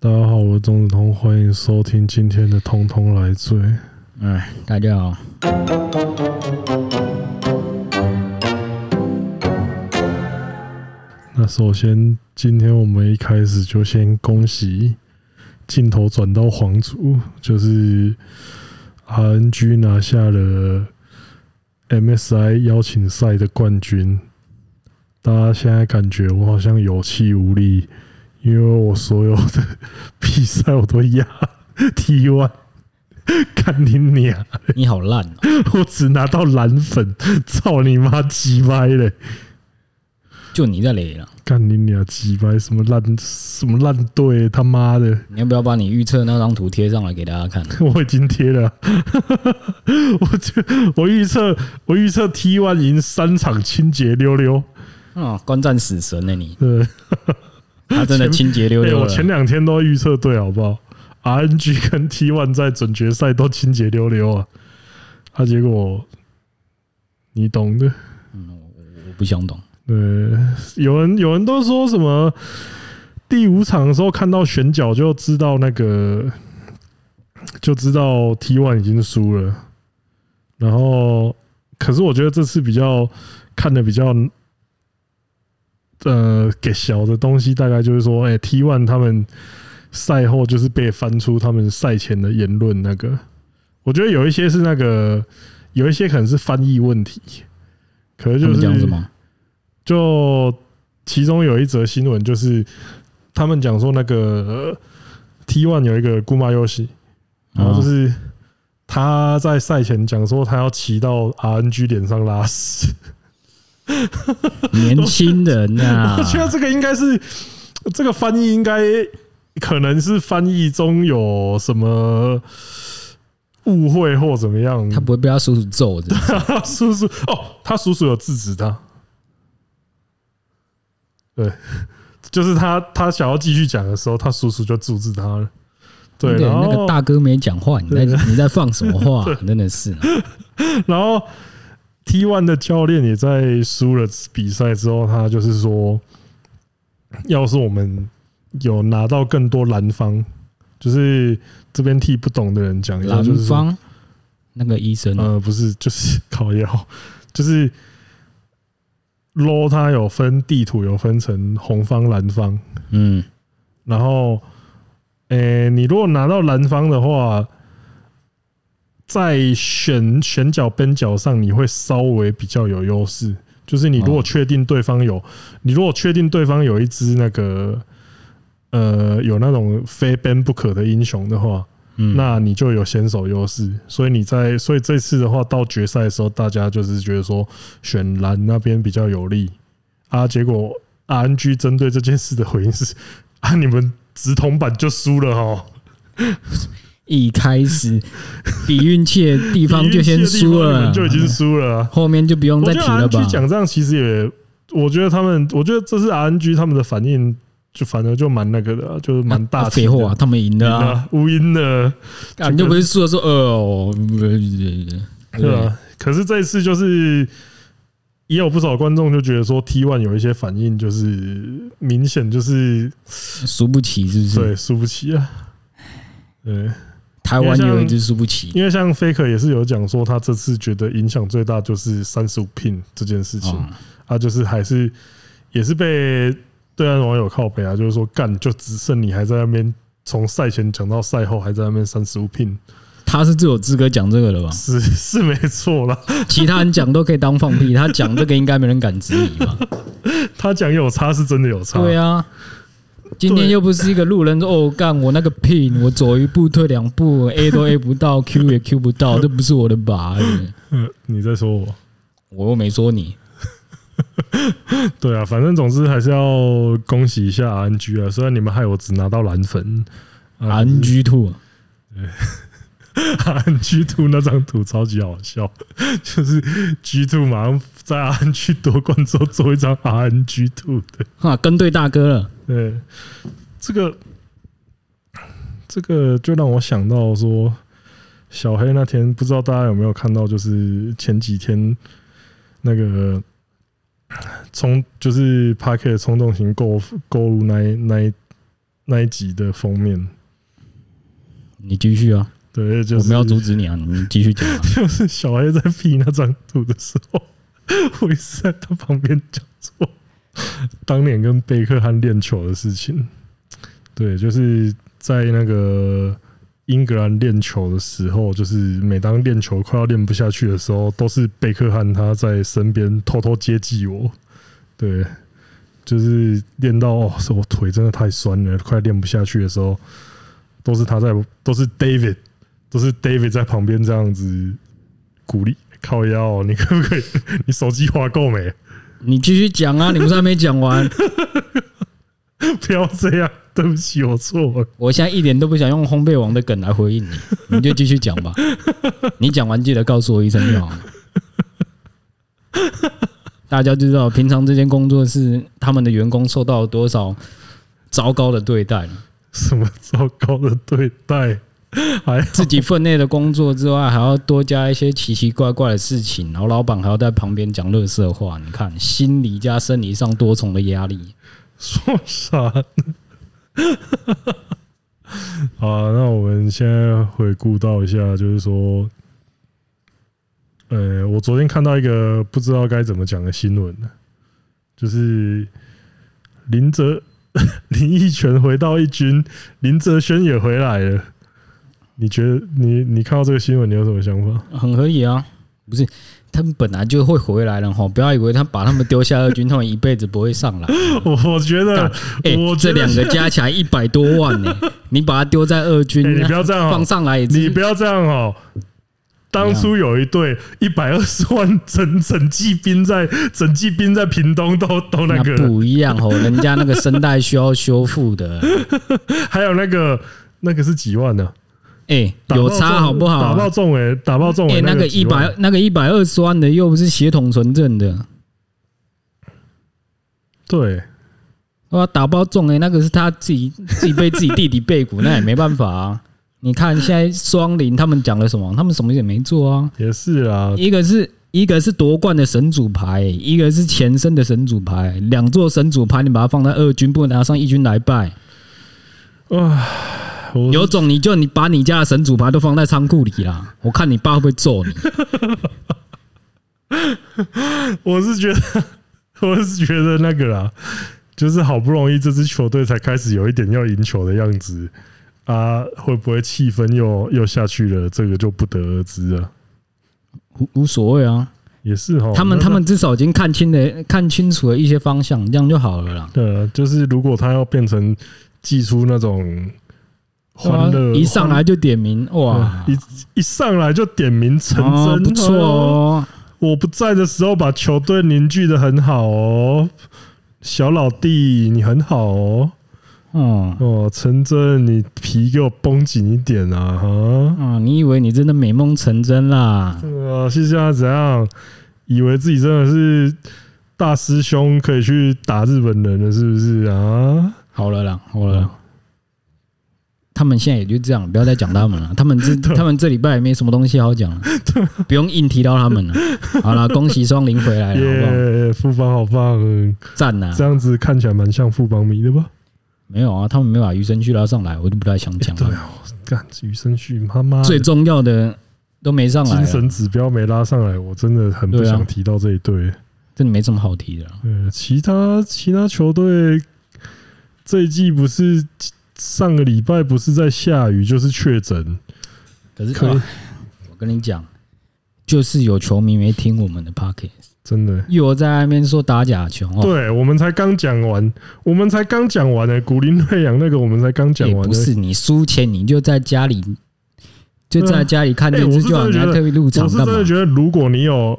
好，我是钟子通，欢迎收听今天的《通通来醉》。哎，大家好，那首先，今天我们一开始就先恭喜镜头转到皇族，就是 RNG 拿下了 MSI 邀请赛的冠军。大家现在感觉我好像有气无力，因为我所有的 比赛我都压 T one，干你娘！你好烂哦、我只拿到蓝粉， 操你妈鸡掰嘞！就你在雷了，干你俩鸡掰，什么烂什么烂队，他妈的！你要不要把你预测那张图贴上来给大家看？我已经贴了啊、 我就我预测我预测 T one 赢三场清洁溜溜，啊，观战死神呢、 你，对，他真的清洁溜哎、溜我了。前两天都预测对，好不好？RNG 跟 T one 在准决赛都清洁溜溜啊，啊，结果你懂的。我不想懂，呃，有人有人都说什么第五场的时候看到选角就知道那个就知道 T one 已经输了，然后可是我觉得这次比较看的比较呃给小的东西，大概就是说，哎、t one 他们赛后就是被翻出他们赛前的言论，那个我觉得有一些是那个有一些可能是翻译问题，可能他就们是讲什 么？就其中有一则新闻，就是他们讲说那个呃 T One 有一个姑妈游戏，然后就是他在赛前讲说他要骑到 RNG 脸上拉屎，啊年轻人 呐、我觉得这个应该是这个翻译应该可能是翻译中有什么误会或怎么样。他不会被他叔叔揍的。他叔叔哦，他叔叔有制止他。对， 就是他他想要继续讲的时候，他叔叔就阻止他了。对，对，然那后个大哥没讲话，你在你在放什么 话？真的是啊、然后 T One 的教练也在输了比赛之后，他就是说，要是我们有拿到更多蓝方，就是这边替不懂的人讲一下，蓝就是说方那个医生，啊呃，不是，就是 烤腰，就是 low 它有分地图，有分成红方、蓝方。嗯，然后，诶、你如果拿到蓝方的话，在选选角边角上，你会稍微比较有优势。就是你如果哦确定对方有，你如果确定对方有一只那个，呃，有那种非 ban 不可的英雄的话，嗯那你就有先手优势。所以你在，所以这次的话，到决赛的时候，大家就是觉得说选蓝那边比较有利啊。结果 RNG 针对这件事的回应是： 啊，你们直筒版就输了哦，一开 始比运气的地方就先输你了们，就已经输了啊、后面就不用我再觉提得了吧 RNG？讲这样其实也，我觉得他们，我觉得这是 RNG 他们的反应，就反正就蛮那个的啊，就是蛮大啊气废的话、他们赢赢了啊，了无音的。啊你就不是输了说呃，对对啊，可是这一次就是也有不少观众就觉得说 T One 有一些反应，就是明显就是输不起是不是？对输不起啊。对，台湾有一只输不起因为像 Faker 也是有讲说，他这次觉得影响最大就是三十五 pin 这件事情，啊，他就是还是也是被对岸网友靠北啊，就是说干就只剩你还在那边从赛前讲到赛后还在那边三十五 pin，他是最有资格讲这个了吧？是是没错啦。其他人讲都可以当放屁，他讲这个应该没人敢质疑吧？他讲有差是真的有差，对啊，今天又不是一个路人说哦，干我那个 pin，我走一步退两步，A 都 A 不到，Q 也 Q 不到，这不是我的把柄，嗯，你在说我。我又没说你。对啊，反正总之还是要恭喜一下 RNG 啊！虽然你们害我只拿到蓝粉 RNG Two， RNG Two 那张图超级好笑， 就是 G Two 马上在 RNG 夺冠之后做一张 RNG Two 的，哈，跟对大哥了。对，这个这个就让我想到说，小黑那天不知道大家有没有看到，就是前几天那个冲就是 Parker 冲动型购购入那一那一那一集的封面，你继续啊，对，就我是没有阻止你啊，你继续讲啊。 就是小 A 在 P 那张图的时候，我一直在他旁边讲说，当年跟贝克汉练球的事情。对，就是在那个英格兰练球的时候，就是每当练球快要练不下去的时候，都是贝克汉他在身边偷偷接济我。对，就是练到哦，是我腿真的太酸了，快练不下去的时候，都是他在，都是 David，都是 David 在旁边这样子鼓励。靠腰，哦你可不可以？ 你手机划够没？ 你继续讲啊，你不是还没讲完？不要这样，对不起，我错了。我现在一点都不想用烘焙王的梗来回 应你，你就继续讲吧。你讲完记得告诉我一声就好了。大家就知道，平常这间工作室他们的员工受到了多少糟糕的对待了，什么糟糕的对待？还自己分内的工作之外，还要多加一些奇奇怪怪的事情，然后老板还要在旁边讲乐色话，你看，心理加生理上多重的压力。说啥呢？ 好啊，那我们现在回顾到一下，就是说，呃，我昨天看到一个不知道该怎么讲的新闻呢，就是林哲 林奕泉回到一军，林哲轩也回来了。你觉得你你看到这个新闻，你有什么想法？很合理啊，不是他们本来就会回来了哈，不要以为他把他们丢下二军，他们一辈子不会上来。 我我觉得干，哎、我觉这得两个加起来一百多万呢、你把它丢在二军，哎你不要这样哦放上来也你是不要这样哦、当初有一队一百二十万整整季兵在整季兵在屏东都都那个，不一样哦，人家那个声带需要修复的，还有那个那个是几万呢、啊哎、打有爆差中好不打好？爆中诶，打爆中哎、诶，那个一几万百那个一百二十万的又不是血统纯正的，对，哇，打包中哎、那个是他自己自己被自己弟弟背骨，那也没办法啊。你看现在双林他们讲了什么？他们什么也没做啊。也是啊，一个是一个是夺冠的神主牌，一个是前身的神主牌，两座神主牌你把它放在二军，不能拿上一军来拜，啊，我有种你就你把你家的神主牌都放在仓库里啦，我看你爸会不会揍你。我是觉得 我是觉得那个啦，就是好不容易这支球队才开始有一点要赢球的样子啊，会不会气氛又又下去了？这个就不得而知了。无无所谓啊，也是哈，他们哦那他们至少已经看清了看清楚了一些方向，这样就好了啦。对，啊就是如果他要变成寄出那种欢哇乐，啊一上来就点名，哇欢，一一上来就点名成真，哦不错哎呦。哦。我不在的时候把球队凝聚的很好哦，小老弟你很好哦，嗯哦，陈真你皮给我绷紧一点啊哈，啊，你以为你真的美梦成真啦？呃，是现在怎样？以为自己真的是大师兄可以去打日本人了，是不是啊？好了啦，好了啦。他们现在也就这样，不要再讲他们 了。他们这他们这礼拜也没什么东西好讲了，不用硬提到 他们了。好了，恭喜双林回来了，哎好不好？耶，富邦好棒！赞呐！这样子看起来蛮像富邦迷的吧？没有啊，他们没把余生旭拉上来，我就不太想讲对了。啊，干余生旭妈妈的最重要的都没上来啊精了，神指标没拉上来，我真的很不对啊想提到这一队。真的没什么好提的了。呃，其他其他球队这一季不是上个礼拜不是在下雨就是确诊，可是可以啊我跟你讲，就是有球迷没听我们的 pocket，真的。又有在那边说打假球哦，对我们才刚讲完，我们才刚讲完呢、古林瑞阳那个我们才刚讲也完、呢。不是你输钱，你就在家里就在家里看电哎我视是就好，你真的觉还得特别入我场是干真嘛的？觉得，如果你有，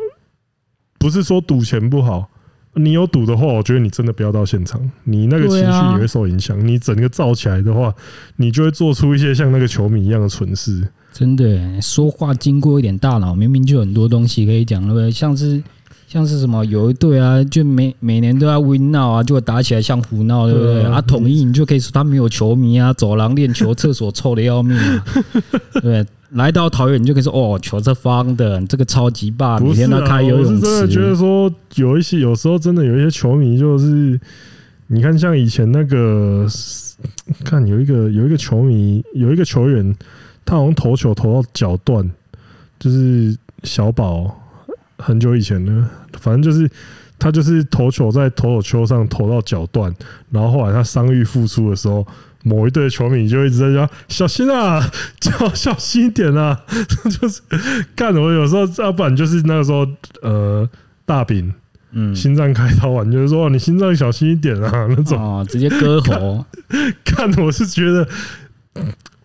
不是说赌钱不好，你有赌的话，我觉得你真的不要到现场，你那个情对啊绪你会受影响，你整个燥起来的话，你就会做出一些像那个球迷一样的蠢事。真的耶，说话经过一点大脑，明明就很多东西可以讲，对不对？像是像是什么，有一对啊，就每每年都要 win 闹啊，结果打起来像胡闹，对不对？对啊啊，统一你就可以说他没有球迷啊，走廊练球，厕所臭的要命啊，对不对。来到桃园，你就可以说哦，球是方的，你这个超级棒，每不是、天都啊，开游我泳是真的觉得池。说，有一些有时候真的有一些球迷就是你看，像以前那个，看有一个有一个球迷，有一个球员，他好像投球投到脚断，就是小宝，很久以前呢，反正就是他就是投球在投手丘上投到脚断，然后后来他伤愈复出的时候，某一队球迷就一直在叫小心啊，叫小心一点啊，就是干我有时候要不然就是那个时候呃大饼。嗯，心脏开刀完，就是说你心脏小心一点啊，那种。哦，直接割喉，看，我是觉得，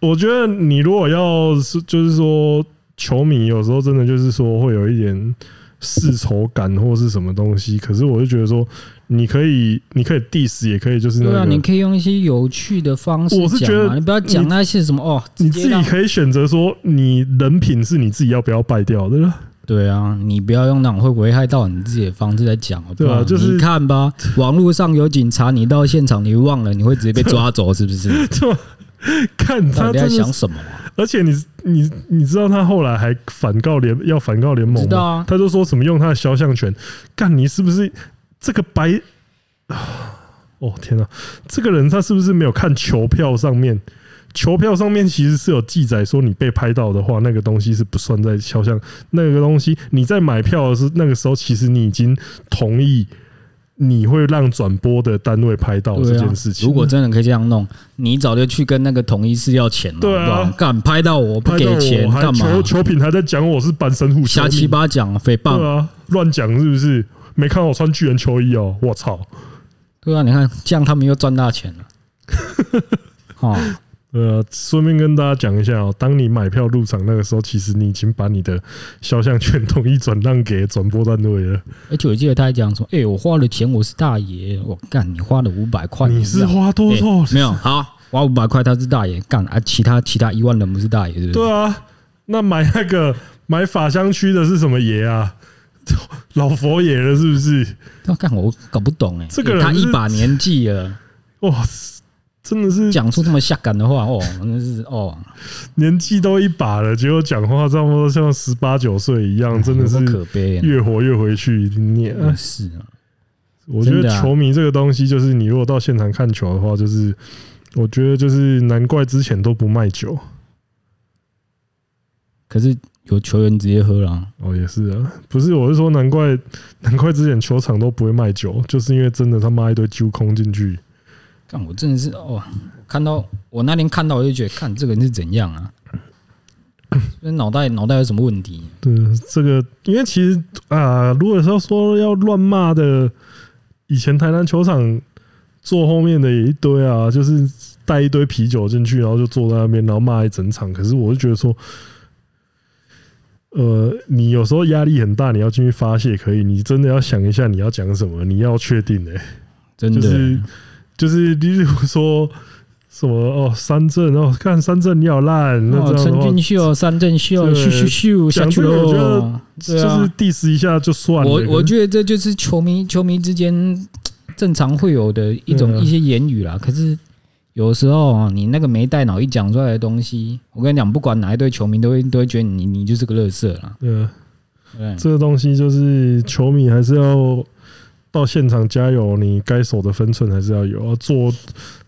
我觉得你如果要是就是说，球迷有时候真的就是说会有一点世仇感或是什么东西，可是我就觉得说，你可以，你可以 diss，也可以就是对啊，那你个。可以用一些有趣的方式我是觉讲得啊，你不要讲你那些什么哦，直你接自己 让可以选择说，你人品是你自己要不要败掉的 啦。对啊，你不要用那种会危害到你自己的方式来讲，好不对啊好就是你 看吧，网络上有警察，你到现场你忘了，你会直接被抓走，是不是？看 他到底真在的是想什么啊？而且你你你知道他后来还反告联要反告联盟吗？知道啊他就说什么用他的肖像权，干你是不是这个白？哦天哪、这个人他是不是没有看球票上面？球票上面其实是有记载说，你被拍到的话，那个东西是不算在肖像。那个东西你在买票的是那个时候，其实你已经同意你会让转播的单位拍到哦这对啊件事，情。如果真的可以这样弄，你早就去跟那个统一是要钱了，对啊好不好干拍到我不拍给到钱我还干嘛？球球品还在讲我是板神虎球瞎迷七八讲，诽对谤，啊，乱讲是不是？没看我穿巨人球衣哦，我操！对啊，你看这样他们又赚大钱 了，哦，呃，顺便跟大家讲一下哦，当你买票入场那个时候，其实你已经把你的肖像权统一转让给转播单位了。而且我记得他还讲说，哎，我花了钱，我是大爷，我干，你花了五百块，你是知道花多少？没有好。花五百块，他是大爷干啊！其他其他一万人不是大爷，对不对？对啊，那买那个买法香区的是什么爷啊？ 老佛爷了是不是？他干我搞不懂哎、这个人他一是把年 纪了，哇，真的是讲出这么下感的话，哦，那是哦，年纪都一把了，结果讲话差不多像十八九岁一样，真的有够是哎可悲、欸。越活越回去。你啊也是啊，我觉真得的啊球迷这个东西，就是你如果到现场看球的话，就是我觉得就是难怪之前都不卖酒可是有球员直接喝了啊，哦，也是啊，不是，我是说难怪 难怪之前球场都不会卖酒，就是因为真的他妈一堆揪空进去，看我真的是哦，我看到我那天看到我就觉得，看这个人是怎样啊？ 这脑袋脑袋有什么问题？对这个，因为其实啊，如果说说要乱骂的，以前台南球场坐后面的也一堆啊，就是带一堆啤酒进去，然后就坐在那边，然后骂一整场。可是我就觉得说，呃，你有时候压力很大，你要进去发泄可以，你真的要想一下你要讲什么，你要确定的、真就的、欸是就是，例如说什么哦，三镇哦，看三镇你好烂，那哦，这样的陈话俊秀、三振秀，对咻咻咻下讲去这个我觉得喽。就对是啊， diss 一下就算了。我可我是觉得这就是球迷球迷之间呃正常会有的一种对啊一些言语啦。可是有时候啊，你那个没带脑一讲出来的东西，我跟你讲，不管哪一队球迷都会都会觉得你你就是个乐色啦。对啊，对不对这个东西就是球迷还是要到现场加油，你该守的分寸还是要有。要做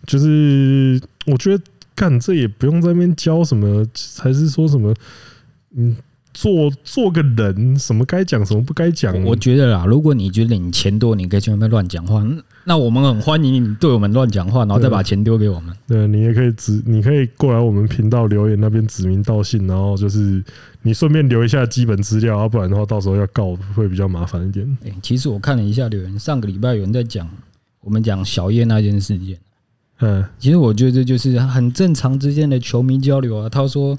就是我觉得干这也不用在那边教什么，还是说什么嗯，做做个人，什么该讲什么不该讲。我我觉得啦，如果你觉得你钱多，你可以去外面乱讲话，那我们很欢迎你对我们乱讲话，然后再把钱丢给我们。对啊你也可以指，你可以过来我们频道留言那边指名道姓，然后就是你顺便留一下基本资料，要不然的话到时候要告会比较麻烦一点。哎，其实我看了一下留言，上个礼拜有人在讲我们讲小叶那件事件。嗯，其实我觉得这就是很正常之间的球迷交流啊。他说，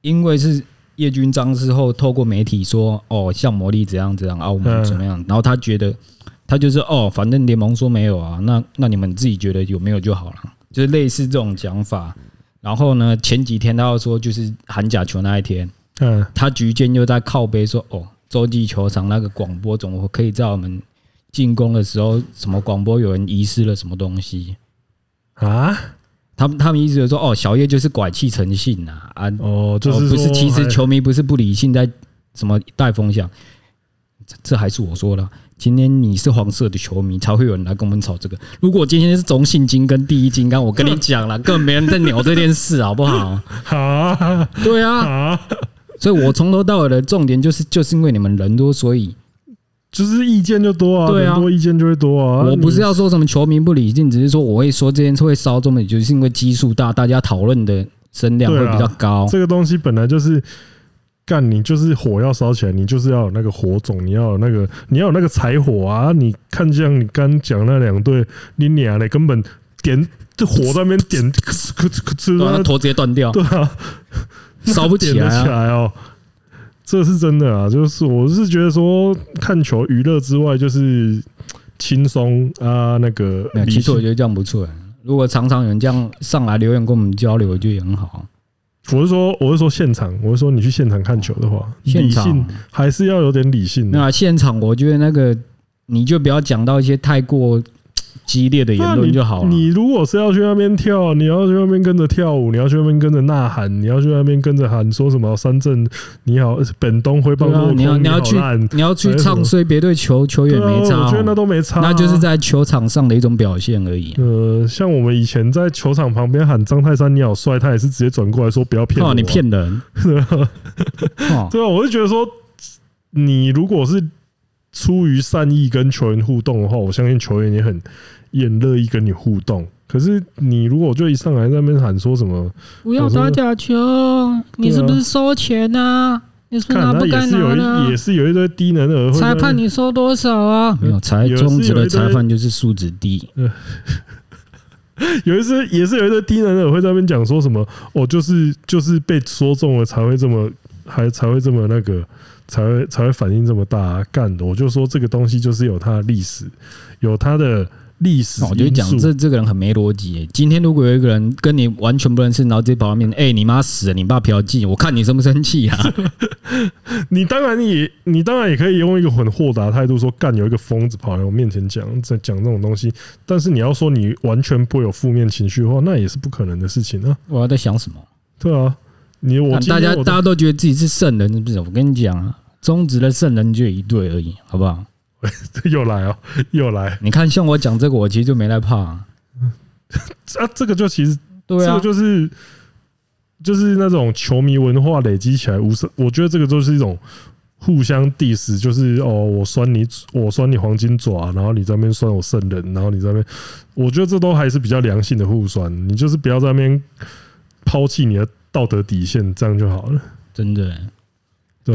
因为是叶军章之后，透过媒体说，哦，像魔力怎样怎样啊，我们嗯怎么样，然后他觉得他就是哦，反正联盟说没有啊，那那你们自己觉得有没有就好了，就是类似这种讲法。然后呢，前几天他又说，就是韩甲球那一天，嗯，他局间又在靠背说，哦，洲际球场那个广播总可以在我们进攻的时候，什么广播有人遗失了什么东西。啊，他们他们一直有说哦，小叶就是拐气成性呐啊，哦，就哦是不是？说其实还球迷不是不理性，在什么带风向，这这还是我说的啊。今天你是黄色的球迷，才会有人来跟我们吵这个。如果今天是中信金跟第一金刚，我跟你 讲了，根本没人在鸟这件事，好不好？啊对啊，啊，所以我从头到尾的重点就是，就是因为你们人多，所以就是意见就多啊，对啊人多意见就会多啊。我不是你要说什么球迷不理性，只是说我会说这件事会烧这么，就是因为基数大，大家讨论的声量会比较高。这个东西本来就是。干，你就是火要烧起来，你就是要有那个火种，你要有那个，你要有那个柴火啊！你看像你刚讲那两队，你俩嘞根本点这火在那边点，可是可是可是对啊，那那头直接断掉，对啊，烧不起点来得起啊！来哦。这是真的啊，就是我是觉得说看球娱乐之外，就是轻松啊，那个没有，理其实我性觉得这样不错。如果常常有人这样上来留言跟我们交流，我觉得也很好。我是说我是说现场，我是说你去现场看球的话，现理场性嗯还是要有点理性啊的。那现场，我觉得那个你就不要讲到一些太过激烈的那言你论就好了。你如果是要去那边跳，你要去那边跟着跳舞，你要去那边跟着呐喊，你要去那边跟着喊说什么“三镇你好，呃本东挥棒对啊落空”，你要你要好去烂你要去唱衰别队球球员对啊，没差我觉得那哦，都没差啊，那就是在球场上的一种表现而已。呃，像我们以前在球场旁边喊张泰山你好帅，他也是直接转过来说不要骗啊我、啊哦，你，骗人哦！对啊，我就觉得说，你如果是出于善意跟球员互动的话，我相信球员也很也很乐意跟你互动。可是你如果就一上来在那边喊说什么，不要打假球，你是不是收钱啊？你是不是拿看他不也该是有拿的啊一也？是有一堆低能儿会在那裁边判你收多少啊？没有裁有中是职有的一堆裁判就是素质低，有一次也是有一个低能儿会在那边讲说什么，哦，就是就是被说中了才会这么，还才会这么那个，才会才会反应这么大、啊、干的。我就说这个东西就是有它的历史，有它的历史那我哦就因讲素。这这个人很没逻辑耶。今天如果有一个人跟你完全不认识，然后直接跑到面，哎，你妈死了，你爸嫖妓，我看你生不生气 啊？你当然也你当然也可以用一个很豁达的态度说，干有一个疯子跑来我面前讲这讲这种东西，但是你要说你完全不会有负面情绪的话，那也是不可能的事情啊。我在想什么？对啊，你我啊今大天家我大家都觉得自己是圣人，是不是？我跟你讲啊，中职的圣人就有一对而已，好不好？ 又来哦，又来你看，像我讲这个，我其实就没在怕、啊。啊，这个就其实对这啊个，就是就是那种球迷文化累积起来，无声，我觉得这个就是一种互相 diss，就是哦，我酸你，我酸你黄金爪，然后你在那边酸我圣人，然后你在那边，我觉得这都还是比较良性的互酸，你就是不要在那边抛弃你的道德底线，这样就好了。真的欸、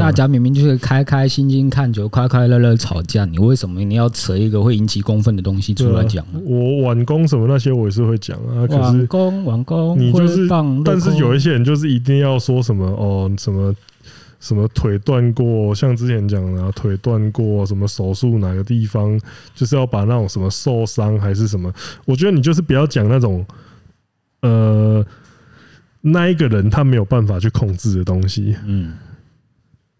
对吧啊大家明明就是开开心心看球，快快乐乐吵架，你为什么你要扯一个会引起公愤的东西出来讲对啊？我晚工什么那些我也是会讲啊，可网是工，网工，你就是挥棒但是有一一些人就是一定要说什么哦，什么什么腿断过，像之前讲的、啊、腿断过，什么手术哪个地方，就是要把那种什么受伤还是什么，我觉得你就是不要讲那种呃那一个人他没有办法去控制的东西。嗯，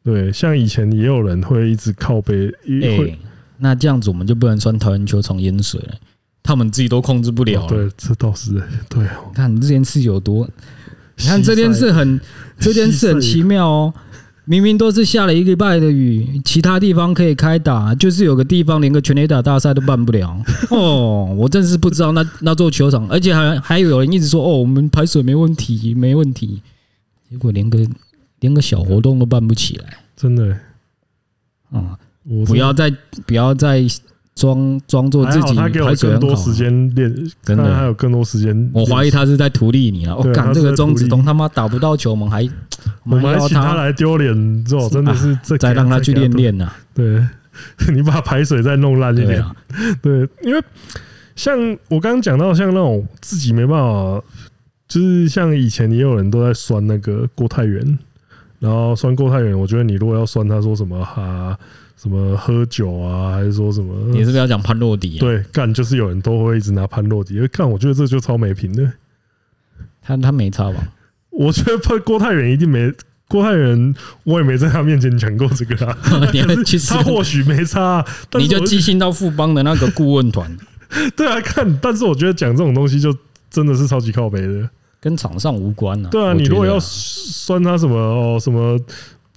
对，像以前也有人会一直靠背，一哎、会、那这样子我们就不能算桃园球场淹水了，他们自己都控制不哦了了。对，这倒是对哦。你看这件事有多你看西这件塞事很，这件事很奇妙哦。明明都是下了一个礼拜的雨，其他地方可以开打，就是有个地方连个全垒打大赛都办不了。哦，我真是不知道那那座球场，而且还还有人一直说哦，我们排水没问题，没问题，结果连个连个小活动都办不起来真的，啊、我不要再不要再装装作自还好己他给我排水更很多好啊时。间练，真的看他还有更多时间。我怀疑他是在图利你了。我对干他这是个在钟图子利通他妈打不到球，我们还我们还要请他来丢脸，之后真的是这啊再让他去练给练呐、啊他。对， 你把排水再弄烂一对点。啊，对，因为像我刚刚讲到，像那种自己没办法，就是像以前也有人都在酸那个郭泰源，然后酸郭泰源，我觉得你如果要酸他说什么哈、什么喝酒啊，还是说什么，你是不是要讲潘洛迪、啊？，对干，就是有人都会一直拿潘洛迪，看我觉得这就超没品的。他他没差 吧？ 我觉得潘郭泰源一定没郭泰源，我也没在他面前讲过这个啊。 你还可去是死他？或许没差啊，但 你是就我寄信到富邦的那个顾问团， 对啊，看，但是我觉得讲这种东西就真的是超级靠北的。跟场上无关啊。对啊，我觉你得如果要酸他什么哦什么，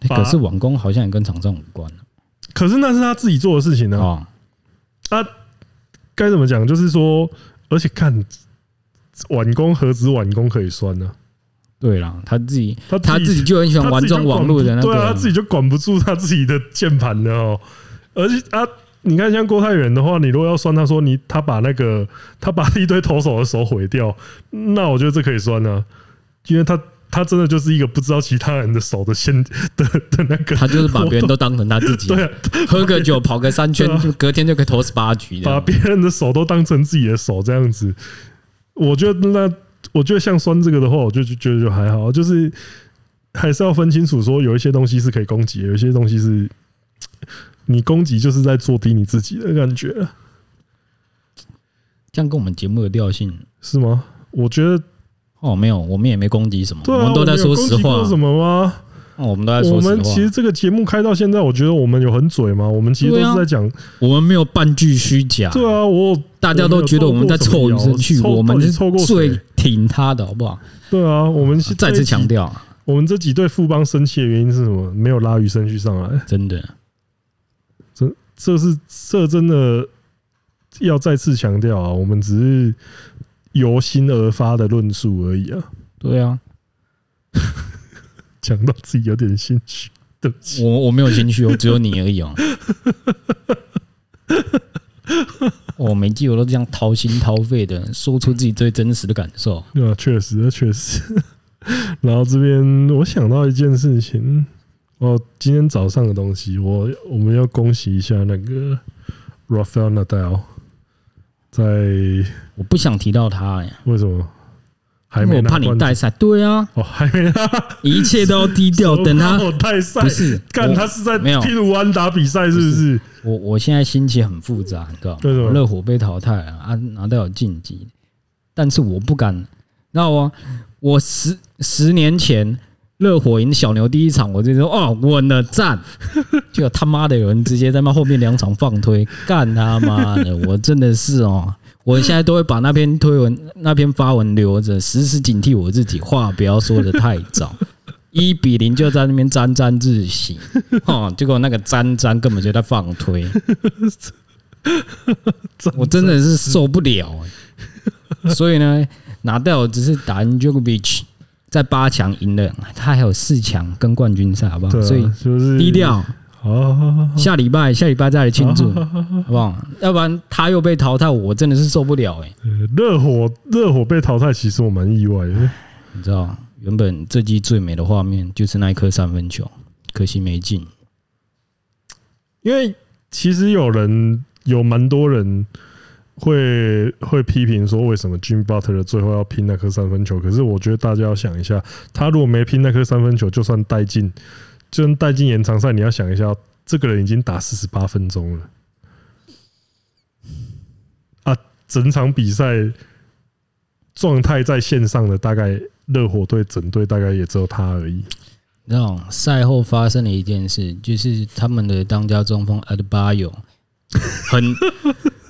哎可是网工好像也跟场上无关可是那是他自己做的事情啊。呢、哦，啊，该怎么讲？就是说，而且看晚工何止晚工可以算呢、对啦，他自己他他自己就很喜欢玩这种网络的那对啊，他个自，己就管不住他自己的键盘了哦。而且啊，你看像郭泰远的话，你如果要算他说你他把那个他把一堆投手的手毁掉，那我觉得这可以算啊，因为他他真的就是一个不知道其他人的手的先的的那个，他就是把别人都当成他自己，对啊，喝个酒跑个三圈对啊，就隔天就可以投十八局把的。别人的手都当成自己的手这样子。我觉得那，我觉得像酸这个的话，我就就觉得就还好，就是还是要分清楚，说有一些东西是可以攻击的，有一些东西是你攻击就是在做低你自己的感觉，这样跟我们节目的调性是吗？我觉得哦，没有，我们也没攻击什么，对啊，我们都在有说攻实击话过，什么吗？哦我们都在我说实们其话实，这个节目开到现在，我觉得我们有很嘴吗？我们其实都对啊是在讲，我们没有半句虚假，对啊，我有大家都觉得我们在凑鱼生去，我我们们有是凑过谁最挺他的，好不好？对啊，我们是再次强调，我们这几对富邦生气的原因是什么？没有拉鱼生去上来，真的，这是这真的要再次强调啊！我们只是由心而发的论述而已啊，对啊，讲到自己有点心虚，对不起，我我没有情绪，我只有你而已哦。 我每季我都这样掏心掏肺的说出自己最真实的感受。对啊，确实，确实。 然后这边我想到一件事情，哦，今天早上的东西，我我们要恭喜一下那个 Rafael Nadal，在我不想提到他、欸，为什么还因为没我拿怕你冠军带赛。对 啊，哦，还没拿。一切都要低调，等他我太晒不，是干我他是在没有拼完打比赛是不是？我我现在心情很复杂，你知道吗？为什么热火被淘汰了啊，拿到有晋级，但是我不敢。那我我十十年前热火赢小牛第一场，我就说哦稳 了赞，结果他妈的有人直接在那后面两场放推，干他妈的，我真的是哦。我现在都会把那篇推文、 那篇发文留着，时时警惕我自己，话不要说的太早。 一比零就在那边沾沾自喜， 哦，结果那个沾沾根本就在放推， 我真的是受不了、欸。所以呢，拿到只是打赢 Djokovic，在八强赢了，他还有四强跟冠军赛，好不好？对啊，所以就是 低。调，好好好好，下礼拜下礼拜再来庆 祝，好不好？要不然他又被淘汰，我真的是受不了哎、欸呃热火热火被淘汰，其实我蛮意外的。你知道，原本这季最美的画面就是那一颗三分球，可惜没进。因为其实有人有蛮多人会会批评说，为什么 Jim Butler 最后要拼那颗三分球？可是我觉得大家要想一下，他如果没拼那颗三分球，就算带进，就算带进延长赛，你要想一下，这个人已经打四十八分钟了，啊，整场比赛状态在线上的大概热火队整队大概也只有他而已。你知道赛后发生了一件事，就是他们的当家中锋 Adbayo 很你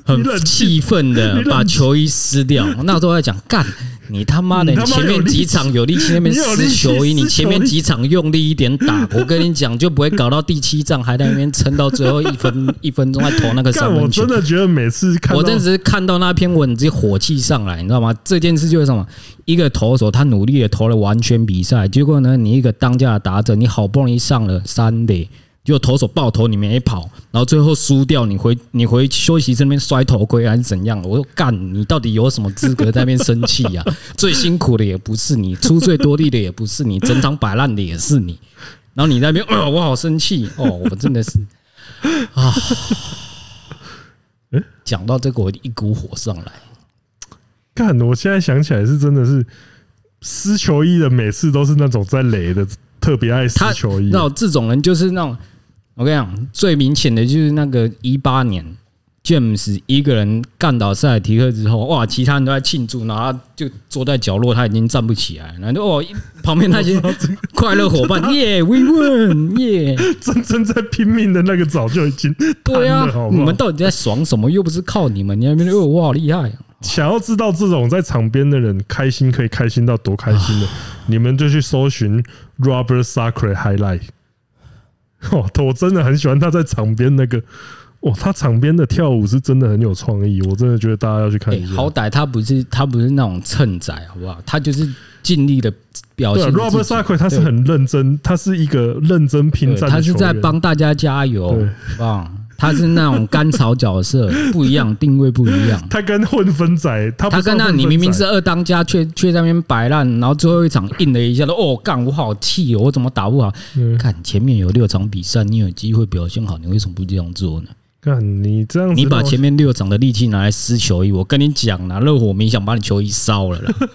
很冷静气愤你的冷静把球衣撕掉。我那时候在讲，干你他妈你的！你他妈前有面力几气场有力气那边你有力撕气球衣，撕你球前面衣几场用力一点 打，我跟你讲就不会搞到第七仗还在那边撑到最后一分一分钟再投那个但呃三我分球真。的觉得每次看到我真的只是看到那篇文，直接火气上来，你知道吗？这件事就是什么？一个投手他努力的投了完全比赛，结果呢，你一个当家的打者，你好不容易上了三垒，结果投手爆头你没跑，然后最后输掉，你回你回休息室那边摔头盔还是怎样？我说干，你到底有什么资格在那边生气呀、 最辛苦的也不是你，出最多力的也不是你，整场摆烂的也是你，然后你在那边，哦，我好生气哦，我真的是啊。讲到这个，我一股火上来。干，我现在想起来是真的是撕球衣的，每次都是那种在垒的，特别爱撕他球衣。那这种人就是那种，我跟你讲，最明显的就是那个一八年 James 一个人干倒塞尔提克之后，哇，其他人都在庆祝，然后他就坐在角落，他已经站不起来了，然后就哦，一旁边 那些快乐伙伴，耶，we win，耶， 真正在拼命的那个早就已经对啊瘫了好，不好你们到底在爽什么？又不是靠你们，你那边哦，我好厉害，想要知道这种在场边的人开心可以开心到多开心啊的，你们就去搜寻 Robert Sacre highlight。哦，我真的很喜欢他在场边那个，哇，他场边的跳舞是真的很有创意，我真的觉得大家要去看哎一，下。好歹他不是他不是那种蹭仔，好不好？他就是尽力的表对、现啊、自己。 ，Robert s a c k 他是很认真，他是一个认真拼对战的球员，他是在帮大家加油，对好不好？他是那种甘草角色，不一样，定位不一样。 他跟混分仔，他不他是跟那混分你明明仔是二当家，却却在那边摆烂，然后最后一场硬了一下，都哦干，我好气哦，我怎么打不好？嗯看前面有六场比赛，你有机会表现好，你为什么不这样做呢？干你这样子，哦你把前面六场的力气拿来撕球衣，我跟你讲啦，热火明想把你球衣烧了啦。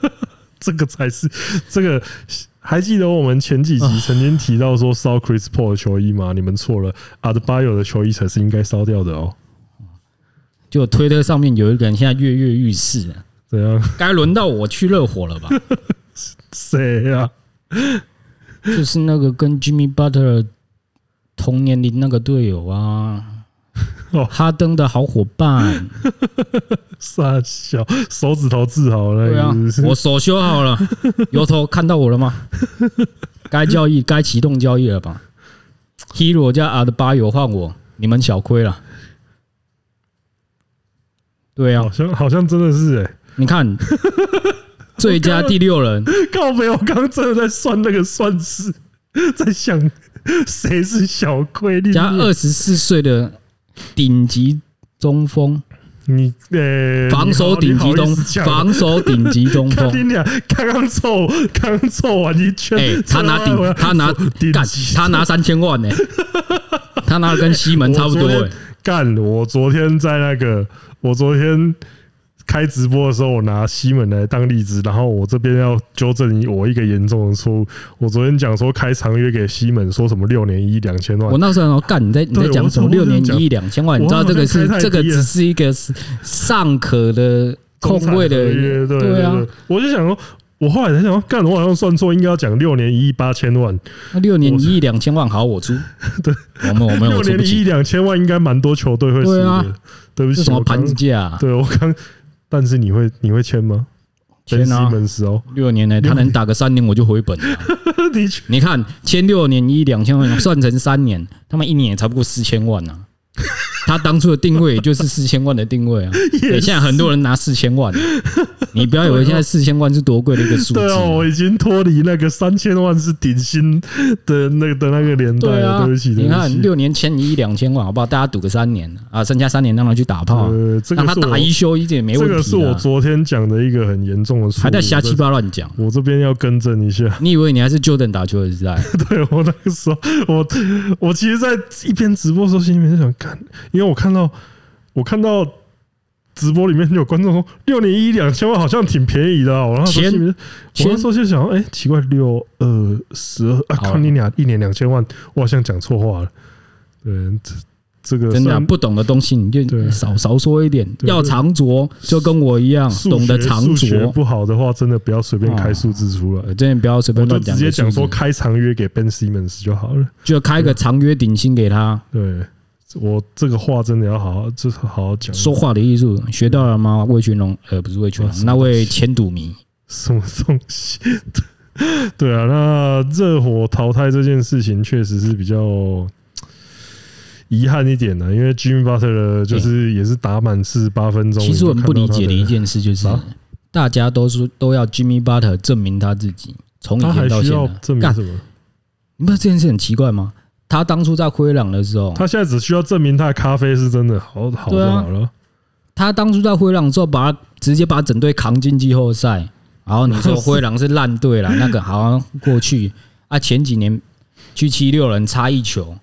这个才是这个。还记得我们前几啊集曾经提到说烧 Chris Paul 的球衣吗？你们错了，阿德巴友的球衣才是应该烧掉的哦。就推特上面有一个人现在跃跃欲试啊，怎样？ 该轮到我去热火了吧？谁啊呀、就是那个跟 Jimmy Butler 同年龄那个队友啊 哦，哎哈登的好伙伴。傻小手指头治好了，对啊是不，是我手修好了，油头看到我了吗？该交易，该启动交易了吧？Hero 加阿德巴友换我，你们小亏了。对啊好，像好像真的是哎、你 看，最佳第六人，靠北，我刚刚真的在算那个算式，在想谁是小龟利加二十四岁的顶级中锋，你呃，防守顶级中，防。防守顶级 中看锋。你俩刚刚凑，刚刚凑完一圈， 哎，他拿我 要顶，他拿顶干级，他拿三千万 呢、他拿的跟西门差不多我哎、昨天干。我昨天在那个，我昨天开直播的时候，我拿西门来当例子，然后我这边要纠正你我一个严重的错误。我昨天讲说开长约给西门，说什么六年一两千万我，那时候想说干你在你在对讲我什么？我六年讲一亿两千万，我你知道这个是好像开太低这个了只是一个尚可的空位的中产合约，对对啊对，，我就想说。我后来才想说，干，我好像算错，应该要讲六年一亿八千万，那六年一亿两千万好 我出，对，我们我们六我出年不一亿起，两千万应该蛮多球队会输对啊的。对不这起，什么我刚盘子价啊？ 对我刚，但是你会你会签吗？签西啊，门斯 哦，六年呢，他能打个三年我就回本了啊。的确，你看签六年一亿两千万，算成三年，他们一年也差不过四千万啊。他当初的定位也就是四千万的定位啊， 也欸现在很多人拿四千万，你不要以为现在四千万是多贵的一个数字啊对啊，哦，我已经脱离那个三千万是顶薪的那个的那个年代对了。啊，对不起，对不你看起。六年签一亿两千万，好不好？大家赌个三年啊，剩下三年让他去打炮，啊呃，这让个他是我打一休一，这也没这问题、啊。个是我昨天讲的一个很严重的错误，还在瞎七我八乱讲。这。我这边要更正一下， 你以为你还是 Jordan 打球的时代？对我那个时候，我我其实，在一边直播的时候，心里面就想看，因为我看到我看到直播里面有观众说六年一两千万好像挺便宜的啊，我那时候签心里面 我那签时候就想，哎、奇怪，六二十二，啊，好靠你俩一年两千万，我好像讲错话了。对，这这个真的啊、算不懂的东西你就对少少说一点，对要长拙，就跟我一样数学懂得长数学拙。不好的话，真的不要随便开数字出来。呃真的不要随啊我便就乱讲直个数接字，讲说开长约给 Ben Simmons 就好了。就开个长约顶薪给他。对我这个话真的要好好，就是好好讲。说话的艺术学到了吗？魏群龙，呃，不是魏群哇龙，什么那东西位前赌迷，什么东西？ 对啊，那热火淘汰这件事情确实是比较遗憾一点的，因为 Jimmy Butler 就是也是打满四十八分钟。其实我们不理解的一件事就是啊，大家都说都要 Jimmy Butler 证明他自己，从你就以看前到他的，他还需到现要在。证明干，什么？你不知道这件事很奇怪吗？他当初在灰狼的时候，他现在只需要证明他的咖啡是真的好好对就啊好了。他当初在灰狼的时候，把他直接把整队扛进季后赛。然后你说灰狼是烂队啦，那个好像过去啊，前几年去七六人差一球，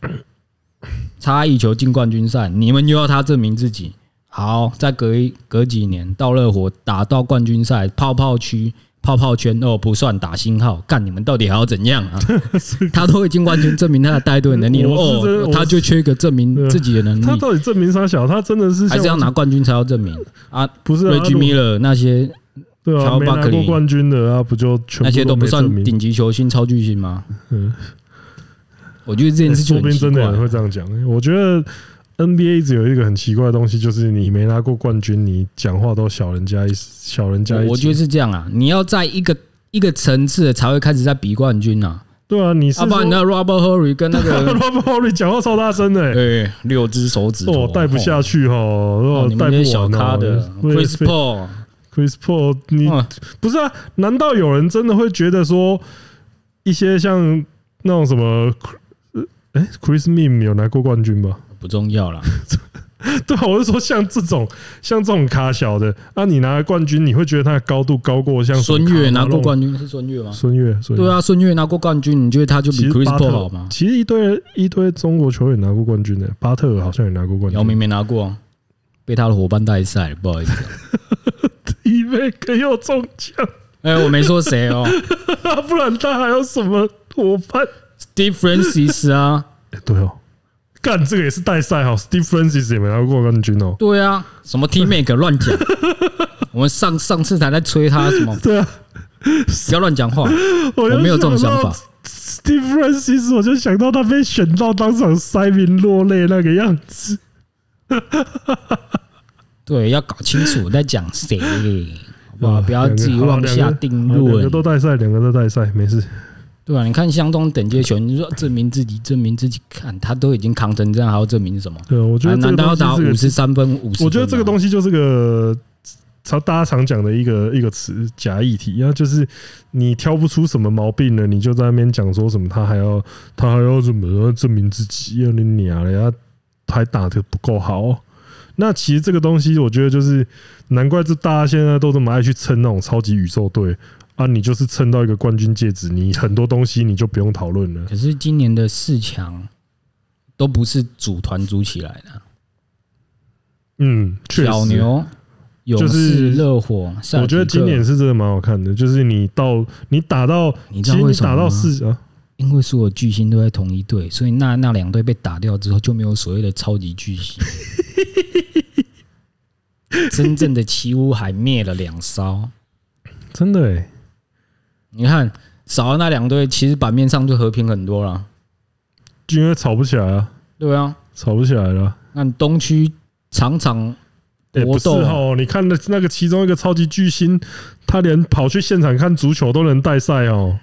差一球进冠军赛，你们又要他证明自己。好，再隔一隔几年到热火打到冠军赛，泡泡区泡泡圈哦不算打星号，干你们到底还要怎样 啊？他都已经完全证明他的带队能力了，我是真的哦我，是他就缺一个证明自己的能他力，到底证明啥小？他真的是还像是要拿冠军才要证明啊？不是啊 Reggie 如果 Miller 那些对啊，乔没巴拿克过林冠军的啊，不就全部那些都没不证算明顶级球星、超巨星吗？嗯哎我觉得这件事情说不很定奇真的有人怪。会这样讲。我觉得 NBA 一直有一个很奇怪的东西，就是你没拿过冠军，你讲话都小人家一小人家一我截。我觉得是这样啊，你要在一个一个层次才会开始在比冠军啊。对啊，你是要不然你说那 Robert Horry 跟 那个 Robert Horry 讲话超大声的、欸，对六只手指头哦，带不下。去哦，哦，哦你带们不这些完小咖的哦 Chris 被 Paul，啊嗯 Chris Paul，你哇不是啊？难道有人真的会觉得说一些像那种什么？哎、c h r i s Mim 有拿过冠军吧？不重要啦。 对啊，我是说像这种像这种咖小的，啊，你拿了冠军，你会觉得他的高度高过像孙悦拿过军？冠军是孙悦吗？孙悦，孙悦对，啊，孙悦拿过冠军，你觉得他就其比实 Chris 巴 Paul 好特吗？其实一堆一堆中国球员拿过冠军的、巴特尔好像也拿过冠军。姚明没拿过，啊被他的伙伴带赛，不好意思。 以为可以有中奖，啊哎，我没说谁 哦不然他还有什么伙伴？ ，Steve Francis 啊，哎对哦，干这个也是代赛哦，Steve Francis 也没拿过冠军哦。对啊，什么 T Make 乱 讲，我们上上次还在吹他什么， 对啊，不要乱讲话。我我没有这种就想到法 Steve Francis，我就想到他被选到当场塞宾落泪那个样子。对，要搞清楚在讲谁，好不好？啊不要两个自己好妄两下个定好两个论。都代赛，两个都代赛，没事。对啊，你看相同等级的球员，你说证明自己，证明自己，看他都已经扛成这样，还要证明什么？对，我觉啊得这难个道要东打西五是十三分、五十？个，我觉得这个东西就是个常大家常讲的一个一个词假议题，然后就是你挑不出什么毛病了，你就在那边讲说什么他还要他还要什么要证明自己，要你娘了，人家还打得不够好。那其实这个东西，我觉得就是难怪这大家现在都这么爱去蹭那种超级宇宙队啊，你就是蹭到一个冠军戒指，你很多东西你就不用讨论了。可是今年的四强都不是组团组起来的，嗯，确实，小牛、勇就是士、热火、塞尔我觉得提今克年是真的蛮好看的，就是你到你打到，你知其道实为你什么打吗到四啊，因为所有巨星都在同一队，所以那那两队被打掉之后，就没有所谓的超级 巨星。真正的齐乌还灭了两艘，真的哎、你看少了那两队，其实版面上就和平很多了。就因为吵不起来啊，对啊，吵不起来了。那你东区场场也不搏是斗啊，哦，你看那那个其中一个超级巨星，他连跑去现场看足球都能带赛哦，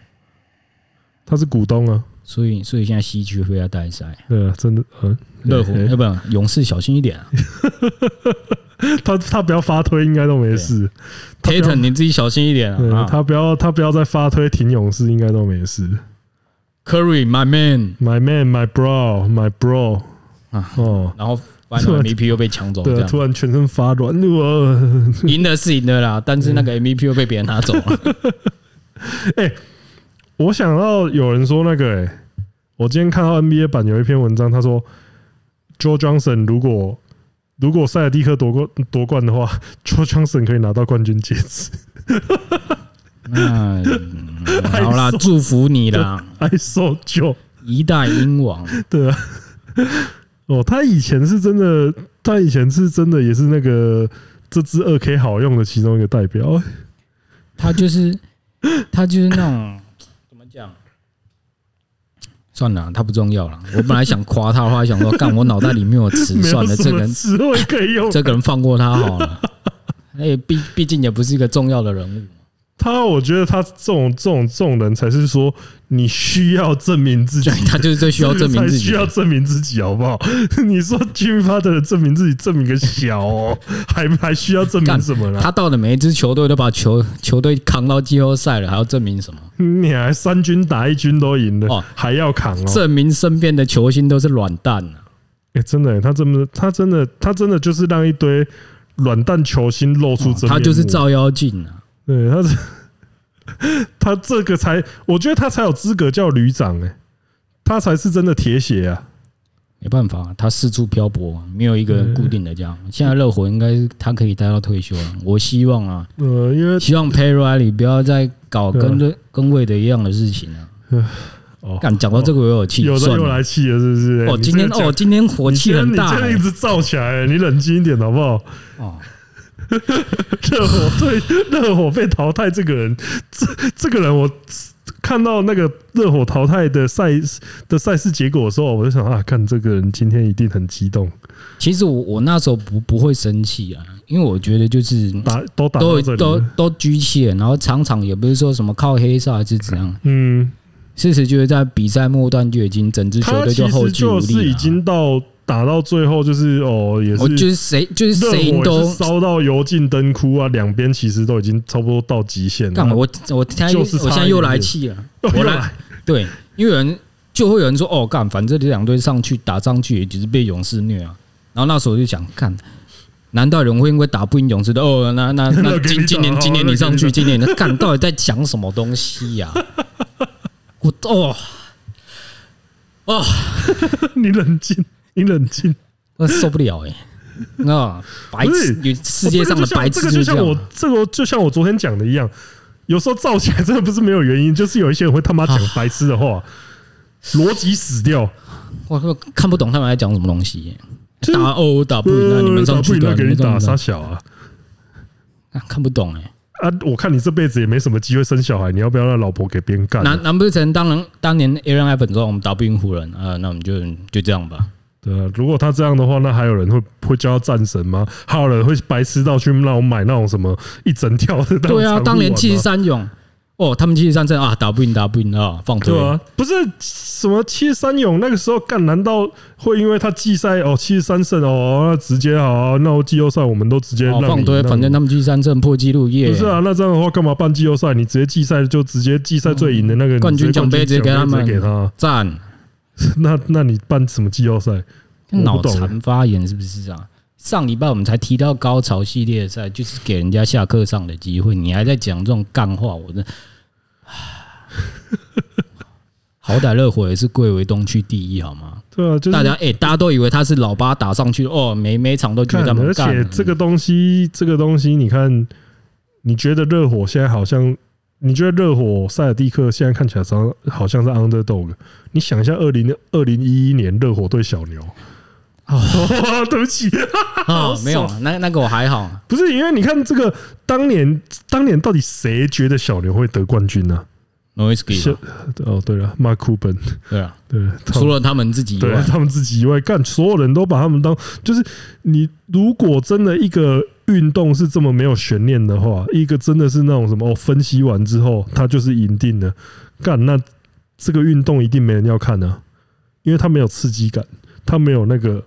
他是股东啊，所以所以现在西区会要带赛， 对啊，真的，嗯，热火嘿要不然勇士小心一点啊。他他不要发推应该都没事， 他不要 t a t u m 你自己小心一点对啊。啊他不要他不要再发推挺勇士应该都没事。 Curry my man， My man, my bro, my bro，啊哦，然后反正 MVP 又被抢走，哦这对啊，样突然全身发软，我 赢的是赢的嗯啦，但是那个 MVP 又被别人拿走了。 我想到有人说那个、欸，我今天看到 NBA 版有一篇文章，他说 Joe Johnson 如果如果塞尔蒂克夺冠夺冠的话，Joe Johnson 可以拿到冠军戒指。 那嗯好啦，祝福你啦， I so Joe， 一代英王。对啊，哦，他以前是真的，他以前是真的也是那个这支二 K 好用的其中一个代表。哦他就是他就是那种怎么讲？算了，他不重要了。我本来想夸他的 话，想说干我脑袋里面有词，没算有了，什这个么人词汇可以用。这个人放过他 好了。哎，毕毕竟也不是一个重要的人物。他，我觉得他这种这种这种人才是说，你需要证明自己对，他就是最需要证 这个明自才己需。要证明自己，好不好？ 你说 Jimmy Butler 证明自己，证明个小哦，还还需要证明什么啦？他到的每一支球队都把球球队扛到季后赛了，还要证明什么？你还三军打一军都赢了哦，还要扛哦？证明身边的球星都是软蛋啊！哎，真的欸，他真的，他真的，他真的就是让一堆软蛋球星露出真面目，哦他就是照妖镜啊！对，他是 他这个才，我觉得他才有资格叫旅长哎，他才是真的铁血啊！没办法，他四处漂泊，没有一个固定的家。现在热火应该是他可以待到退休了。我希望啊，呃，啊因为希望 p a y Riley 不要再搞跟瑞跟魏德一样的事情啊！哦，干讲到这个我有气，有的算又了来气了，是不是？哎哦，你今这天个讲哦，今天火气很大你今天一欸直燥起来，你冷静一点好不好？ 哦。热 火对热火被淘汰这个人，这这个人我看到那个热火淘汰的赛的赛事结果的时候，我就想啊，看这个人今天一定很激动，其实我我那时候不不会生气啊，因为我觉得就是打都打到都这里都了，都居气了，然后场场也不是说什么靠黑哨还是怎样，嗯，事实就是在比赛末段就已经整支球他队其后实继无就力是了已啊。经到打到最后，就是哦，也我就是是谁就是热火谁赢也都是烧到油尽灯枯啊，两边其实都已经差不多到极限干嘛？了。我我现在就又是差一我现在又点来点气了， 又我来来对，因为有人就会有人说哦，干，反正这两队上去打上去也只是被勇士虐啊。然后那时候我就想，干，难道有人会因为打不赢勇士的哦？那那那那给你今打好今年今年那你给上你去，打今年干到底在讲什么东西呀、 我哦哦， 你冷静，你冷静。我受不了哎、那白不痴是，有世界上的白痴哦这个就就这像样我啊。这个就像我昨天讲的一样，有时候造起来真的不是没有原因，就是有一些人会他妈讲白痴的话，逻辑死掉。我我看不懂他们在讲什么东西耶、就是打哦打不赢，那你们呃上去打不赢那的啊，给们你上打去的傻啊小啊啊看不懂哎、啊！我看你这辈子也没什么机会生小孩，你要不要让老婆给别人干啊？难难不成当然当年 Aaron Evans 说我们打不赢湖人啊，那我们就就这样吧？对啊，如果他这样的话，那还有人会会叫他战神吗？还有人会白痴到去让我买那种什么一整条的？对啊，当年七其十实三勇哦，他们七十三胜啊，打不赢打不赢啊，放推对啊，不是什么七十三勇那个时候干，难道会因为他季赛哦七十三胜哦，那直接好、啊，那季后赛我们都直接让哦你、放推，让反正他们七十三胜破纪录耶不，是啊，那这样的话干嘛办季后赛？你直接季赛就直接季赛最赢的那个冠军你直接奖杯直接给他们直接给他， 赞，那那你办什么季后赛？我脑不懂啊残发言是不是啊？上礼拜我们才提到高潮系列赛，就是给人家下课上的机会，你还在讲这种干话，我 真。好歹热火也是贵为东区第一，好吗？对啊，就是大家哎、大家都以为他是老八打上去的哦，每每场都觉看，得他们而干啊且了。这个东西，这个东西，你看，你觉得热火现在好像，你觉得热火塞尔蒂克现在看起来好像好像是 underdog。你想一下，二零二零一一年热火对小牛，哦， 对不起，啊、没有啊，那那个我还好，不是因为你看这个当年，当年到底谁觉得小牛会得冠军呢、诺维斯基小哦，对了，马库本，对啊，对，他除了他们自己以对啊外，他们自己以外，干所有人都把他们当就是你如果真的一个运动是这么没有悬念的话，一个真的是那种什么哦，分析完之后他就是赢定了，干那这个运动一定没人要看啊，因为他没有刺激感，他没有那个，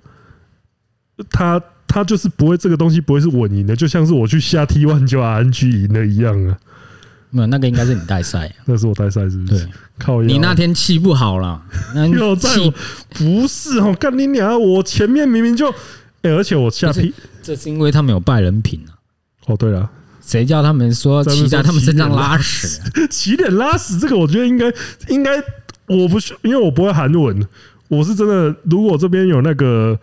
他他就是不会这个东西不会是稳赢的，就像是我去下 T one 就 RNG 赢了一样啊，没有那个应该是你带赛，那是我带赛是不是对？靠腰啊你那天气不好啦，那 你又在我气，不是哦，干你娘！我前面明明就，哎、而且我下不是 P 这是因为他们有拜人品啊，哦，对了，谁叫他们说在那边骑在说他们身上骑人拉屎？起点拉屎这个，我觉得应该应该，我不是因为我不会韩文，我是真的，如果这边有那个，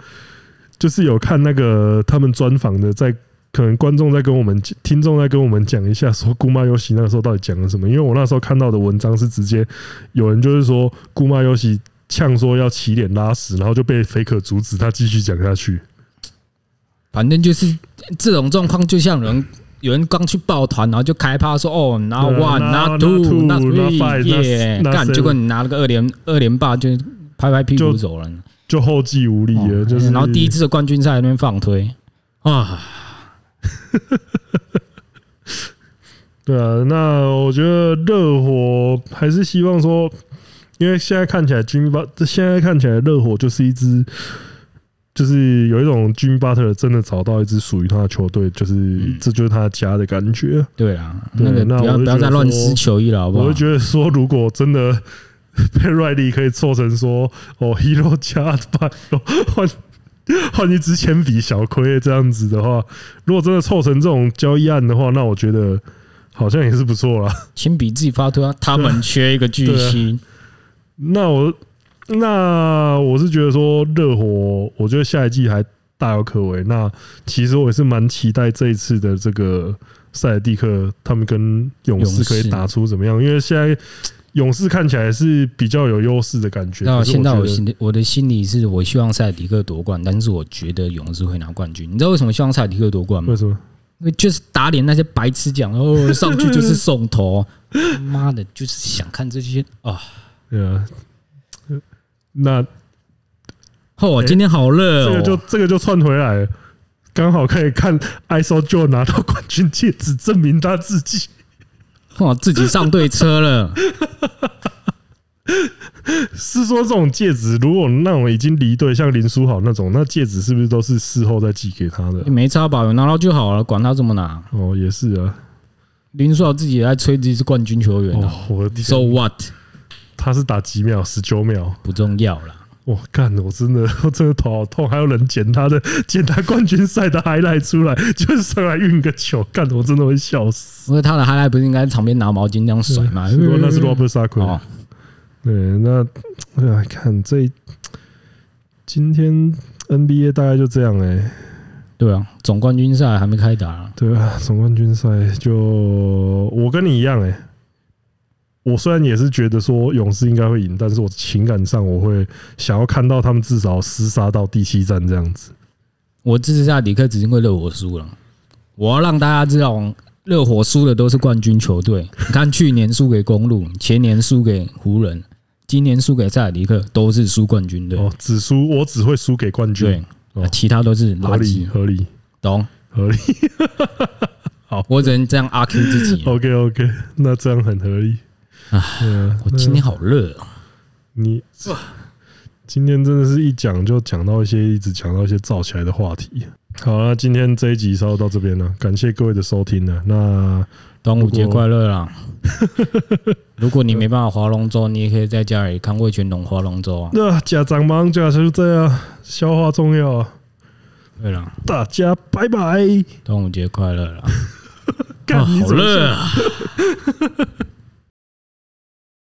就是有看那个他们专访的，在可能观众在跟我们听众在跟我们讲一下，说姑妈游戏那个时候到底讲了什么？因为我那时候看到的文章是直接有人就是说姑妈游戏呛说要起点拉屎，然后就被肥可阻止他继续讲下去。反正就是这种状况，就像有人有人刚去抱团，然后就开趴说哦，拿对啊 one，拿拿 two， two，拿拿 five， three，拿耶，拿干！ seven 结果你拿了个二连二连霸，就拍拍屁股就走人。就后继无力了，哦就是然后第一次的冠军赛那边放推啊，对啊，那我觉得热火还是希望说，因为现在看起来军巴，这现在看起来热火就是一支，就是有一种军巴特尔真的找到一支属于他的球队，就是、嗯这就是他的家的感觉。对啦，对那个那不要我就不要觉得再乱说撕球衣了，好不我好会？觉得说，如果真的 被瑞利可以做成说，哦，Hero 加巴换 换一支铅笔小亏这样子的话，如果真的凑成这种交易案的话，那我觉得好像也是不错啦。亲笔自己发推啊，他们缺一个巨啊星，那我那我是觉得说热火，我觉得下一季还大有可为。那其实我也是蛮期待这一次的这个塞尔蒂克他们跟勇士可勇士以打出怎么样，因为现在勇士看起来是比较有优势的感觉。那可是现在觉我得心里我的心里是我希望塞尔迪克夺冠，但是我觉得勇士会拿冠军。你知道为什么希望塞尔迪克夺冠吗为？什么？因为就是打脸那些白痴讲哦，上去就是送头，妈的，就是想看这些啊！对啊，那哦，今天好热这个就哦，这个就串回来了，刚好可以看 ISO Joe 拿到冠军戒指，证明他自己。哇，自己上对车了。是说这种戒指，如果那种已经离队，像林书豪那种，那戒指是不是都是事后再寄给他的也？没差吧？有拿到就好了，管他怎么拿。哦，也是啊。林书豪自己也在吹自己是冠军球员啊、哦，我的天， ，So what 他是打几秒？十九秒。不重要啦。我干，我真的， 我真的头好痛，还有人捡他的，捡他冠军赛的 highlight 出来，就是上来运个球，干，我真的会笑死。因为他的 highlight 不是应该场边拿毛巾这样甩吗？如果那是 Robert s a k 哦，对，那哎，看这今天 NBA 大概就这样哎、对啊，总冠军赛还没开打啊，对啊，总冠军赛就我跟你一样哎、我虽然也是觉得说勇士应该会赢，但是我情感上我会想要看到他们至少厮杀到第七战这样子。我支持下迪克，只是因为热火输了。我要让大家知道，热火输的都是冠军球队。你看，去年输给公路，前年输给湖人，今年输给塞尔迪克，都是输冠军队。哦，只输我只会输给冠军，对，哦其他都是合垃理圾。合理懂？合 理。我只能这样阿 Q 自 己。 OK OK，那这样很合理。对啊，我今天好热哦， 你今天真的是一讲就讲到一些，一直讲到一些燥起来的话题。好那今天这一集稍微到这边了，感谢各位的收听了。那端午节快乐啦！如果你没办法划龙舟，你也可以在家里看魏全龙划龙舟啊。那家长忙，家就这样，消化重要啊。对了，大家拜拜。端午节快乐啦！ 干啊你好怎么热啊！